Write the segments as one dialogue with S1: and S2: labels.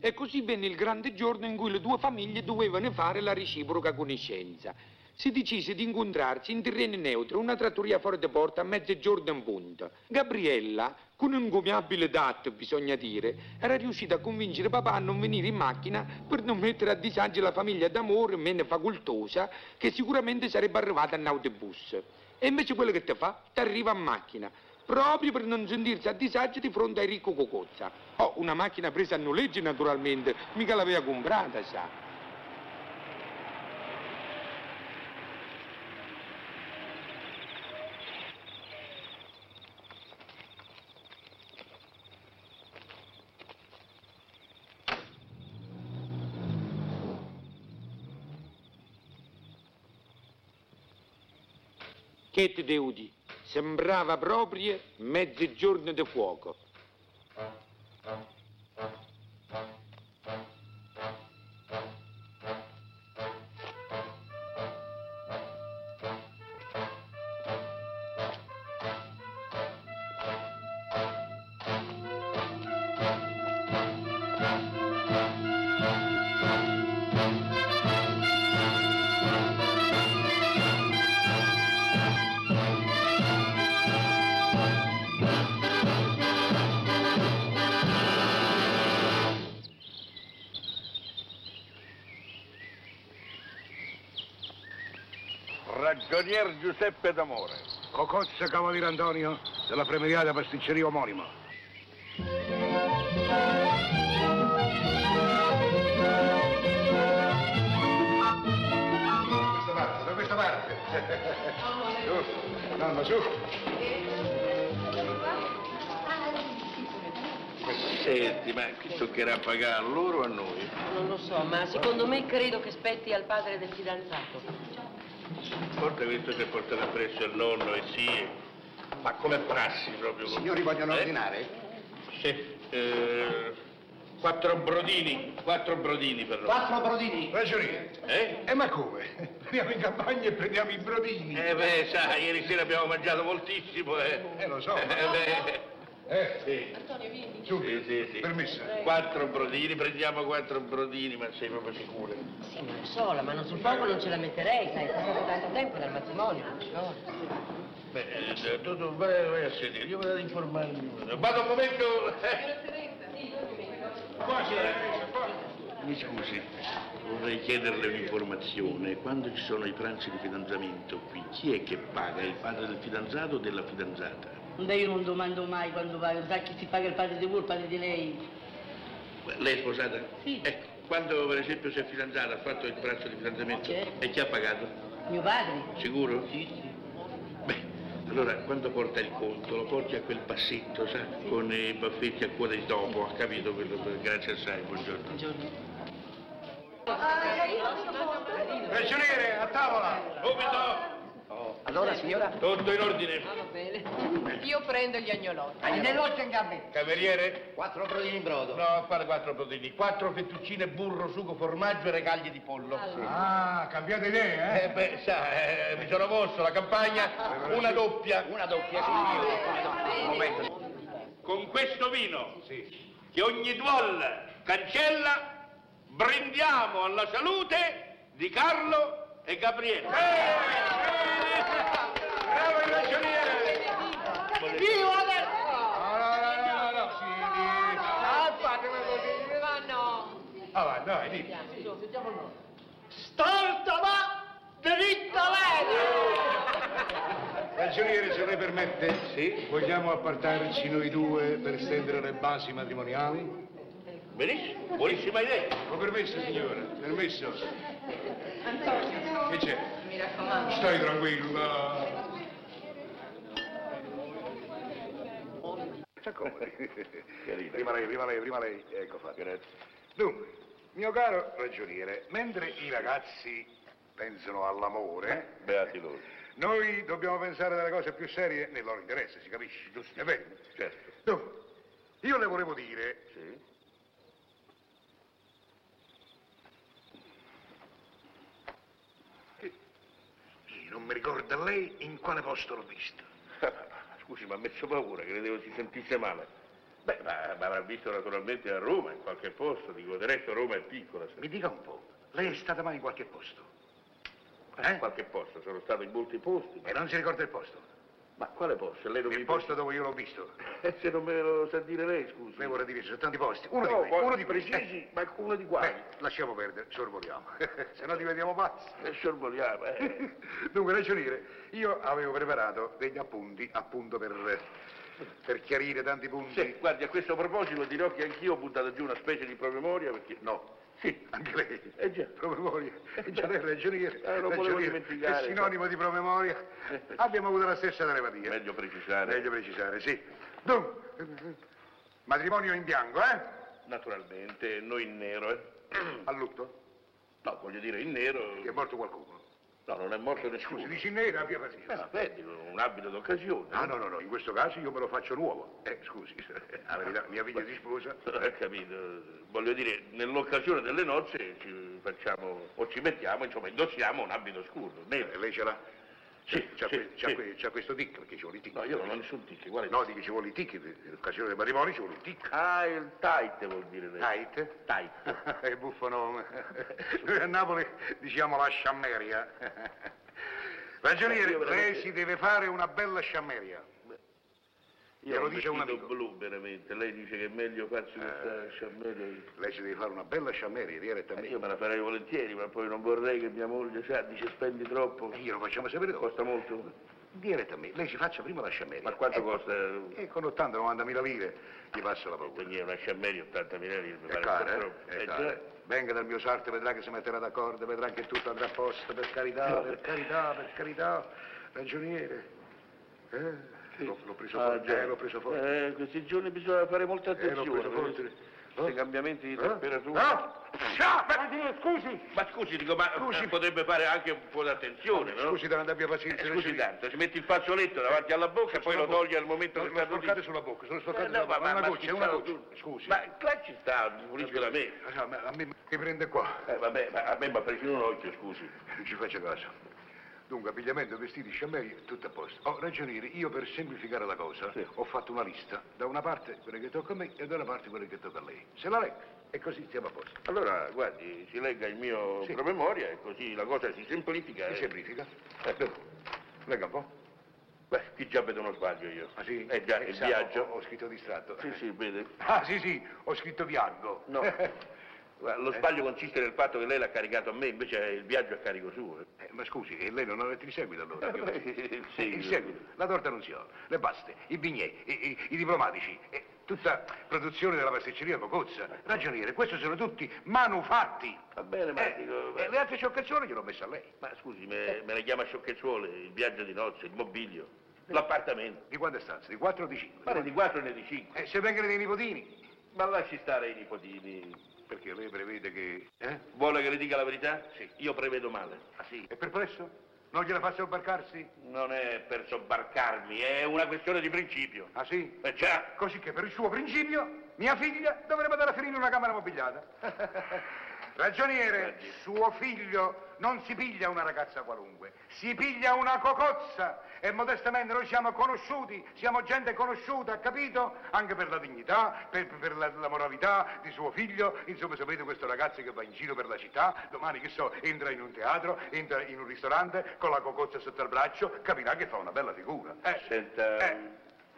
S1: E così venne il grande giorno in cui le due famiglie dovevano fare la reciproca conoscenza. Si decise di incontrarsi in terreno neutro, una trattoria fuori da porta a mezzogiorno in punta. Gabriella, con un gomiabile tatto, bisogna dire, era riuscita a convincere papà a non venire in macchina per non mettere a disagio la famiglia d'amore meno facoltosa che sicuramente sarebbe arrivata in autobus. E invece quello che ti fa, ti arriva in macchina proprio per non sentirsi a disagio di fronte a Enrico Cocozza. Oh, una macchina presa a noleggio naturalmente, mica l'aveva comprata, sa. Che te devo dire? Sembrava proprio mezzogiorno di fuoco.
S2: Ragionier Giuseppe D'Amore.
S3: Cocozza Cavaliere Antonio della premieriata pasticceria omonima.
S2: Da questa parte, da questa parte. Giù, mamma, giù. Senti, ma chi toccherà pagare a loro o a noi?
S4: Non lo so, ma secondo me credo che spetti al padre del fidanzato.
S2: Porta questo che portato appresso il nonno e sì, ma come prassi proprio.
S5: Signori vogliono
S2: Eh?
S5: ordinare?
S2: Sì, eh, quattro brodini, quattro brodini per loro.
S5: Quattro brodini.
S3: Ragioniere,
S2: Eh?
S3: e ma come? Andiamo in campagna e prendiamo i brodini.
S2: Eh beh, sai, ieri sera abbiamo mangiato moltissimo, eh.
S3: Eh, lo so.
S2: Eh, beh,
S3: Eh,
S2: sì.
S3: subito.
S2: Sì, sì, sì.
S3: Permesso.
S2: Quattro brodini, prendiamo quattro brodini, ma sei proprio sicuro?
S4: Sì, ma lo so, la mano sul fuoco non ce la metterei, sai, è passato tanto tempo dal matrimonio. no?
S2: Beh, eh, tu, tu vai, vai a sedere, io vado ad informarmi. Vado un momento... Mi scusi, vorrei chiederle un'informazione. Quando ci sono i pranzi di fidanzamento qui, chi è che paga? Il padre del fidanzato o della fidanzata?
S4: Beh, io non domando mai quando vai, sai chi si paga il padre di voi, il padre di lei.
S2: Beh, Lei è sposata?
S4: Sì.
S2: Ecco, quando per esempio si è fidanzata, ha fatto il pranzo di fidanzamento?
S4: Ma certo.
S2: E chi ha pagato?
S4: Mio padre?
S2: Sicuro? Sì, sì. Beh, allora quando porta il conto lo porti a quel passetto, sa, con i baffetti a cuore di topo, ha capito quello? Grazie assai, buongiorno.
S4: Buongiorno.
S3: Ragioniere, a tavola.
S2: Subito!
S5: Oh, Allora, signora?
S2: Tutto in ordine.
S4: Va bene.
S6: Io prendo gli agnolotti.
S2: Cameriere?
S5: Quattro brodini in brodo.
S2: No, fare quattro prodini, quattro fettuccine, burro, sugo, formaggio e regaglie di pollo.
S3: Ah, cambiate idea, eh?
S2: Eh beh, sa, eh, mi sono mosso la campagna, una doppia.
S5: Una doppia, signore. Un momento.
S2: Con questo vino, che ogni duol cancella, brindiamo alla salute di Carlo e Gabriele. eh,
S3: Bravo il ragioniere! No, no, no, no, no, no.
S6: Ah, fatemi così, mi vanno.
S3: Sì, Ah, va, dai, dì.
S2: Storta va, dritta
S3: Ragioniere, se lei permette,
S2: Sì.
S3: vogliamo appartarci noi due per stendere le basi matrimoniali?
S2: Benissimo, buonissima idea.
S3: Ho permesso, signora, permesso. Che c'è? Mi raccomando. Stai tranquilla. Prima lei, prima lei, prima lei. Ecco fatto. Dunque, mio caro ragioniere, mentre i ragazzi pensano all'amore,
S2: Beati loro.
S3: noi dobbiamo pensare alle cose più serie nel loro interesse, si capisce? Giusto. È vero?
S2: Certo.
S3: Dunque, io le volevo dire
S2: Sì.
S3: Io non mi ricordo a lei in quale posto l'ho visto.
S2: Scusi, mi ha messo paura, credevo si sentisse male. Beh, ma, ma avrà visto naturalmente a Roma, in qualche posto, dico, del resto Roma è piccola. se-
S3: Mi dica un po', lei è stata mai in qualche posto?
S2: Eh? Qualche posto, sono stato in molti posti.
S3: E non si ricorda il posto?
S2: Ma quale posto? Lei non
S3: Il
S2: mi
S3: posto dove io l'ho visto.
S2: Eh, se non me lo sa dire lei, scusi.
S3: Lei vorrà dire, ci sono tanti posti. Uno
S2: No,
S3: di quei,
S2: poi-
S3: uno di questi.
S2: precisi,
S3: eh.
S2: ma uno di quali?
S3: Beh, lasciamo perdere, sorvoliamo. Se no diventiamo pazzi.
S2: E sorvoliamo, eh.
S3: Dunque, ragioniere, io avevo preparato degli appunti appunto per, per chiarire tanti punti.
S2: Sì, guardi, a questo proposito dirò che anch'io ho buttato giù una specie di promemoria perché... No, sì,
S3: Anche lei.
S2: Eh già.
S3: Promemoria. Già lei è ragioniere.
S2: Eh, non volevo
S3: ragioniere
S2: dimenticare. cioè.
S3: È sinonimo di promemoria. Abbiamo avuto la stessa telepatia.
S2: meglio precisare.
S3: Meglio precisare, sì. Dunque, matrimonio in bianco, eh?
S2: Naturalmente, noi in nero, eh.
S3: A lutto?
S2: No, voglio dire, in nero...
S3: Che è morto qualcuno.
S2: No, non è morto
S3: Si
S2: nessuno.
S3: dice nero, abbia
S2: Eh,
S3: pazienza.
S2: ma vedi, un abito d'occasione.
S3: Ah, no, no, no, in questo caso io me lo faccio nuovo. Eh, scusi, la verità, mia figlia si sposa.
S2: Eh, capito. Voglio dire, nell'occasione delle nozze ci facciamo, o ci mettiamo, insomma, indossiamo un abito scuro,
S3: Eh,
S2: nero.
S3: Lei ce l'ha? Eh,
S2: Sì,
S3: C'ha,
S2: sì,
S3: que- c'ha
S2: sì.
S3: que- c'ha questo tic, perché ci vuole il tic.
S2: No, io non ho nessun tic, guarda.
S3: No, dico ci vuole il tic, per l'occasione del matrimonio ci vuole il tic.
S2: Ah, il tight vuol dire lei.
S3: Tight?
S2: Tight.
S3: È buffo nome. Noi a Napoli diciamo la sciammeria.
S2: Io
S3: Ragioniere,
S2: veramente-
S3: lei si deve fare una bella sciammeria.
S2: Io
S3: Glielo
S2: ho
S3: dice un
S2: vestito
S3: amico. Eh.
S2: blu, veramente. Lei dice che è meglio farsi questa sciamella.
S3: Lei si deve fare una bella sciammeria
S2: Eh, Io
S3: direttamente.
S2: me la farei volentieri, ma poi non vorrei che mia moglie, sa, dice spendi troppo.
S3: Glielo facciamo sapere dopo.
S2: Costa molto.
S3: Direttamente, lei si faccia prima la sciammeria.
S2: Ma quanto
S3: E-
S2: costa?
S3: E con 80-90 mila lire gli passa la paura.
S2: Quindi è una sciamella 80 mila lire, mi
S3: È
S2: pare
S3: caro,
S2: un po'
S3: eh?
S2: troppo.
S3: È
S2: Eh,
S3: caro.
S2: già.
S3: Venga dal mio sarto, vedrà che si metterà d'accordo, vedrà che tutto andrà a posto, per carità, per carità, per carità. Ragioniere. Eh, l'ho, l'ho preso
S2: Ah,
S3: forte,
S2: già.
S3: eh, l'ho preso forte.
S2: Eh, questi giorni bisogna fare molta
S3: Eh, l'ho
S2: attenzione.
S3: preso forte. Eh?
S2: perché Questi cambiamenti di temperatura.
S3: Ah! Ah, ma- Scusi!
S2: Ma scusi, dico, ma
S3: Scusi.
S2: eh, potrebbe fare anche un po' d'attenzione, no?
S3: Scusi, non abbia
S2: Eh,
S3: pazienza.
S2: scusi tanto, ci metti il fazzoletto davanti alla bocca e poi lo togli al momento
S3: Non
S2: che
S3: lo
S2: sta
S3: sporcate sulla bocca, sono
S2: Eh,
S3: sporcate
S2: no,
S3: sulla
S2: ma,
S3: bocca.
S2: ma,
S3: Una
S2: ma
S3: goccia, una
S2: schizzato
S3: goccia.
S2: tu.
S3: Scusi.
S2: Ma là ci sta, pulisco da me.
S3: Ah, ma a me mi prende qua.
S2: Eh, vabbè, ma a me mi ha preso un occhio, scusi.
S3: Non ci faccio caso. Dunque, abbigliamento, vestiti, sciameri, tutto a posto. Oh, ragioniere, io per semplificare la cosa
S2: Sì.
S3: ho fatto una lista. Da una parte quella che tocca a me e da una parte quella che tocca a lei. Se la leggo e così stiamo a posto.
S2: Allora, guardi, si legga il mio
S3: Sì.
S2: promemoria e così la cosa si semplifica.
S3: Si
S2: eh.
S3: semplifica.
S2: Eh.
S3: Dunque, Legga un po'.
S2: Beh, qui già vedo uno sbaglio io.
S3: Ah sì?
S2: Eh già, il
S3: sa,
S2: viaggio.
S3: Ho, ho scritto distratto.
S2: Sì, sì, vede.
S3: Ah, sì, sì, ho scritto Eh, viaggio.
S2: No. Guarda,
S3: Eh.
S2: Lo sbaglio consiste nel fatto che lei l'ha caricato a me, invece è il viaggio a carico suo. eh.
S3: Eh, ma scusi, e lei non ha letto il seguito allora?
S2: Eh, beh, il seguito.
S3: Il seguito, la torta annunziò, le paste, i bignè, i, i- i diplomatici, e tutta produzione della pasticceria Cocozza. Ragioniere, questi sono tutti manufatti.
S2: Va bene, ma
S3: Eh,
S2: dico...
S3: e le altre scioccazione gliel'ho messa a lei.
S2: Ma scusi,
S3: Eh.
S2: me, me le chiama sciocchezzuole, il viaggio di nozze, il mobilio, l'appartamento.
S3: Di quante stanze? Di 4 o di 5?
S2: Pare di quattro né di cinque.
S3: Eh, se vengono dei nipotini.
S2: Ma lasci stare i nipotini.
S3: Perché lei prevede che... Eh?
S2: Vuole che le dica la verità? Sì. Io prevedo male.
S3: Ah sì? È perplesso? Non gliela fa sobbarcarsi?
S2: Non è per sobbarcarmi, è una questione di principio.
S3: Ah sì?
S2: Eh già,
S3: Così che per il suo principio, mia figlia dovrebbe andare a finire in una camera mobiliata. Ragioniere, suo figlio non si piglia una ragazza qualunque, si piglia una cocozza. E modestamente noi siamo conosciuti, siamo gente conosciuta, capito? Anche per la dignità, per, per la, la moralità di suo figlio. Insomma, sapete questo ragazzo che va in giro per la città, domani che so, entra in un teatro, entra in un ristorante con la cocozza sotto al braccio, capirà che fa una bella figura. Eh,
S2: senta,
S3: Eh.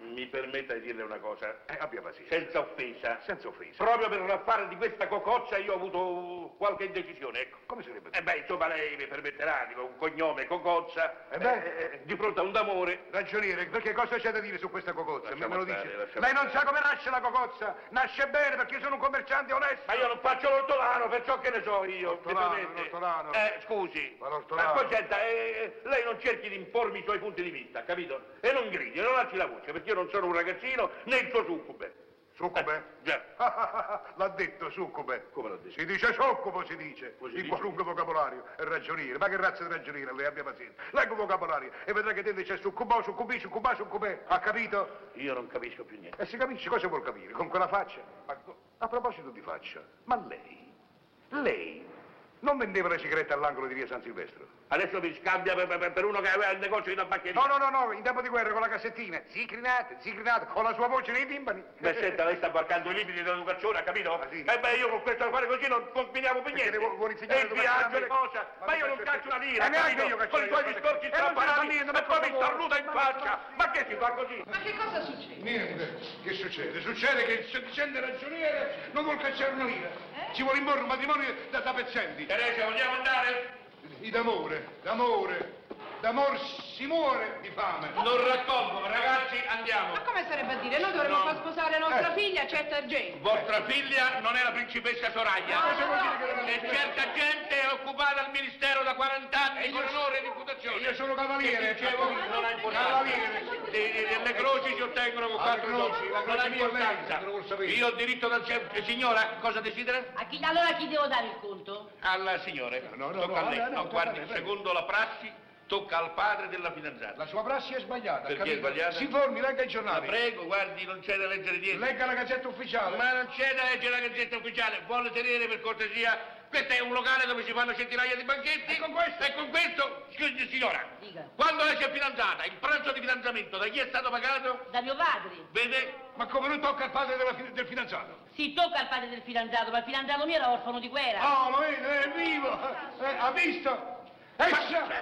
S2: mi permetta di dirle una cosa,
S3: eh, abbia pazienza.
S2: senza offesa.
S3: Senza offesa.
S2: Proprio per un affare di questa cococcia io ho avuto qualche indecisione, ecco.
S3: Come sarebbe?
S2: E beh, insomma, lei mi permetterà, dico, un cognome, cococcia,
S3: Eh beh.
S2: eh, eh, di fronte a un d'amore.
S3: Ragioniere, perché cosa c'è da dire su questa cocozza? Me
S2: Lasciamo
S3: me lo
S2: stare,
S3: dice.
S2: lasciamo
S3: Lei non
S2: stare.
S3: sa come nasce la cocozza. Nasce bene perché io sono un commerciante onesto.
S2: Ma io non faccio l'ortolano, perciò che ne so io. mi
S3: L'ortolano,
S2: permette?
S3: l'ortolano.
S2: Eh, scusi.
S3: Ma l'ortolano.
S2: Eh, poi senta, eh, eh, lei non cerchi di impormi i suoi punti di vista, capito? E non gridi, non alzi la voce, perché io non sono un ragazzino né il suo succube.
S3: Succube?
S2: Eh, già.
S3: L'ha detto succube.
S2: Come l'ha detto?
S3: Si dice succubo, si dice.
S2: Come si
S3: in
S2: dice?
S3: qualunque vocabolario. E ragioniere. Ma che razza di ragioniere? Lei abbia pazienza. Leggo vocabolario e vedrà che dentro c'è succubo, succubi, succubà, succubè. Ha capito?
S2: Io non capisco più niente.
S3: E si capisce cosa vuol capire con quella faccia. Ma co- a proposito di faccia, ma lei, lei non vendeva le sigarette all'angolo di via San Silvestro.
S2: Adesso mi scambia per, per- per uno che aveva il negozio di tabaccheria.
S3: No, no, no, no, in tempo di guerra con la cassettina, zicrinate, zicrinate, con la sua voce nei timpani.
S2: Beh, senta, lei sta varcando i limiti dell'educazione, ha capito?
S3: Ah, sì.
S2: Eh beh, io con questo fare così non combiniamo più
S3: Perché
S2: niente.
S3: devo- vuole insegnare
S2: e il
S3: educazione
S2: viaggio, le
S3: alle-
S2: cose.
S3: Ma
S2: Ma
S3: mi
S2: io non
S3: faccio-
S2: calcio una lira,
S3: Eh, neanche
S2: capito?
S3: io calcio
S2: Con i
S3: le
S2: tuoi
S3: cose.
S2: discorsi
S3: Eh, non si fa
S2: strampalati
S3: niente,
S2: e
S3: per
S2: poi mi
S3: favore.
S2: starnuta in
S3: Ma-
S2: faccia. Ma che si fa così?
S6: Ma che cosa succede?
S3: Niente, che succede? Succede che il sedicente ragioniere non vuol cacciare una lira.
S2: Eh?
S3: Ci vuole imporre un matrimonio da, da pezzenti.
S2: Teresa, vogliamo andare?
S3: Di d'amore, d'amore, d'amor si muore di fame.
S2: Non raccolgo, ragazzi, andiamo.
S6: Ma come sarebbe a dire? Noi dovremmo
S2: No. Eh.
S6: far sposare nostra figlia a certa gente.
S2: Vostra figlia non è la principessa Soraya.
S6: Cosa vuol dire che non è
S2: E certa gente è occupata al ministero da 40 anni con onore e reputazione.
S3: Io sono cavaliere,
S2: Che dicevo,
S3: ma-
S2: non ha
S3: cavaliere.
S2: importanza. Le, le- le croci si ottengono con
S3: Ah,
S2: quattro
S3: croci,
S2: croci,
S3: la
S2: non ha
S3: croce imponente,
S2: importanza.
S3: non lo sapevo.
S2: Io ho diritto dal sempre. Signora, cosa desidera?
S7: A chi, allora a chi devo dare il conto?
S2: Al signore.
S3: No, no, no,
S2: tocca
S3: no,
S2: a lei.
S3: no, no, tocca a
S2: guardi,
S3: lei, prego.
S2: secondo la prassi tocca al padre della fidanzata.
S3: La sua prassi è sbagliata,
S2: Perché è
S3: capito?
S2: sbagliata?
S3: Si formi, legga i
S2: La
S3: giornali.
S2: Ah, prego, guardi, non c'è da leggere niente.
S3: Legga la gazzetta ufficiale.
S2: Ma non c'è da leggere la gazzetta ufficiale, vuole tenere per cortesia, questo è un locale dove si fanno centinaia di banchetti. E con questo? E con questo, scusi signora,
S7: Dica.
S2: quando lei si è fidanzata, il pranzo di fidanzamento da chi è stato pagato?
S7: Da mio padre.
S2: Vede?
S3: Ma come non tocca al padre della fi- del fidanzato?
S7: Si tocca al padre del fidanzato, ma il fidanzato mio era orfano di guerra.
S3: Oh, lo vede, è vivo! Eh, ha visto? Esce!